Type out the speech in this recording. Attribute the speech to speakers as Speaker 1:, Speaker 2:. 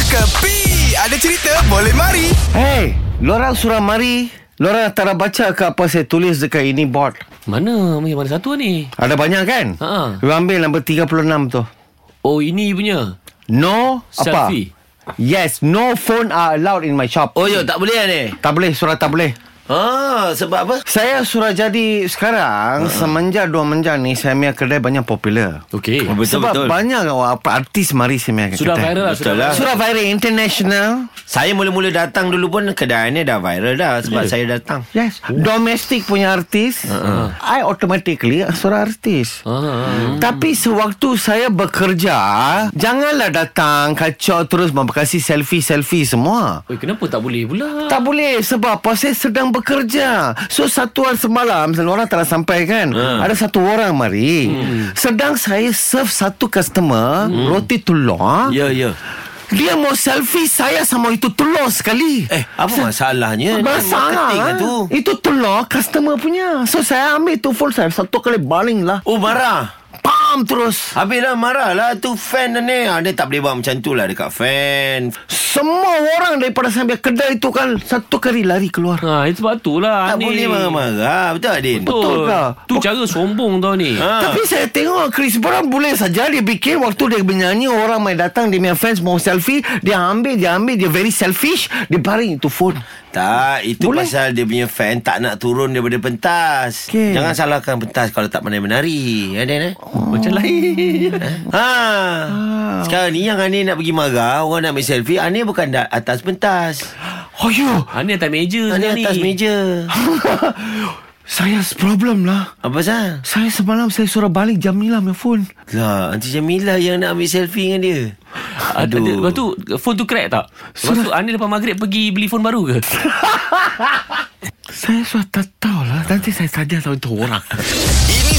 Speaker 1: Kepi Ada cerita boleh mari
Speaker 2: Hey, lorang surah mari. Lorang tak nak baca ke apa saya tulis dekat ini board.
Speaker 3: Mana? Yang mana satu ni?
Speaker 2: Ada banyak kan?
Speaker 3: Ha.
Speaker 2: You ambil nombor 36 tu.
Speaker 3: Oh, ini punya.
Speaker 2: No
Speaker 3: Selfie.
Speaker 2: apa? Yes, no phone are allowed in my shop.
Speaker 4: Oh
Speaker 3: ya,
Speaker 4: yo tak boleh lah ni
Speaker 2: Tak boleh, surah tak boleh.
Speaker 4: Ah sebab apa
Speaker 2: Saya surah jadi
Speaker 3: Ha.
Speaker 2: sekarang, semenjak dua menjak ni, saya punya kedai banyak popular.
Speaker 3: Okey.
Speaker 4: Oh, betul,
Speaker 2: Sebab
Speaker 4: betul.
Speaker 2: banyak orang- apa artis mari saya punya
Speaker 3: Sudah
Speaker 2: kedai.
Speaker 3: viral lah.
Speaker 4: Betul
Speaker 3: Sudah
Speaker 4: lah.
Speaker 3: viral.
Speaker 2: Surah viral international.
Speaker 4: Saya mula-mula datang dulu pun Kedai ni dah viral dah Sebab yeah. saya datang Ah.
Speaker 2: Yes. Domestic punya artis. Uh-uh. I automatically seorang artis.
Speaker 3: Ah, ah, ah.
Speaker 4: Hmm.
Speaker 2: Tapi sewaktu saya bekerja, janganlah datang kacau terus memberkasi selfie-selfie semua.
Speaker 3: Oi, kenapa tak boleh pula?
Speaker 2: Tak boleh sebab proses sedang bekerja. So satu hari semalam misalnya orang tak nak sampai kan.
Speaker 4: Ah.
Speaker 2: Ada satu orang mari.
Speaker 4: Hmm.
Speaker 2: Sedang saya serve satu customer roti telur.
Speaker 4: Ya ya
Speaker 2: Dia mau selfie saya sama itu telur sekali.
Speaker 4: Eh apa masalahnya Ni
Speaker 2: Masalah
Speaker 4: Marketing
Speaker 2: ha?
Speaker 4: lah tu
Speaker 2: Itu telur customer punya So saya ambil tu phone saya Satu kali baling lah
Speaker 4: Oh marah
Speaker 2: Pam terus
Speaker 4: Habislah marah lah tu fan ni ah, Dia tak boleh buat macam tu lah dekat fan
Speaker 2: Semua orang daripada sampai kedai itu kan Satu kali lari keluar
Speaker 3: Ha, itu sebab tu lah
Speaker 4: Tak
Speaker 3: ni.
Speaker 4: boleh marah-marah Betul Adin?
Speaker 2: Betul tak?
Speaker 3: Tu cara sombong tau ni.
Speaker 4: Ha.
Speaker 2: Tapi saya tengok Chris Brown boleh saja Dia bikin waktu dia bernyanyi Orang main datang Dia punya fans mau selfie Dia ambil Dia ambil Dia very selfish Dia baring itu phone
Speaker 4: Tak, itu
Speaker 2: Boleh.
Speaker 4: Boleh. pasal dia punya fan tak nak turun daripada pentas.
Speaker 2: Okey.
Speaker 4: Jangan salahkan pentas kalau tak pandai menari. Ada eh? Oh. Macam lain. ha. Sekarang ni yang Ani nak pergi marah, orang nak ambil selfie, Ani bukan da- atas pentas.
Speaker 2: Oh you
Speaker 3: Ha, ni atas meja
Speaker 4: Ani
Speaker 3: sekarang ni.
Speaker 4: atas meja.
Speaker 2: Saya problem lah
Speaker 4: Apa pasal?
Speaker 2: Saya semalam Saya suruh balik Jamilah punya phone
Speaker 4: Lah, Aunty Jamila yang nak ambil selfie dengan dia.
Speaker 3: Aduh.
Speaker 4: Aduh.
Speaker 3: Lepas tu, phone tu crack tak? Lepas tu, Ani lepas maghrib pergi beli phone baru ke?
Speaker 2: Saya sudah tak tahu lah Nanti saya tanya tahu itu orang
Speaker 1: Ini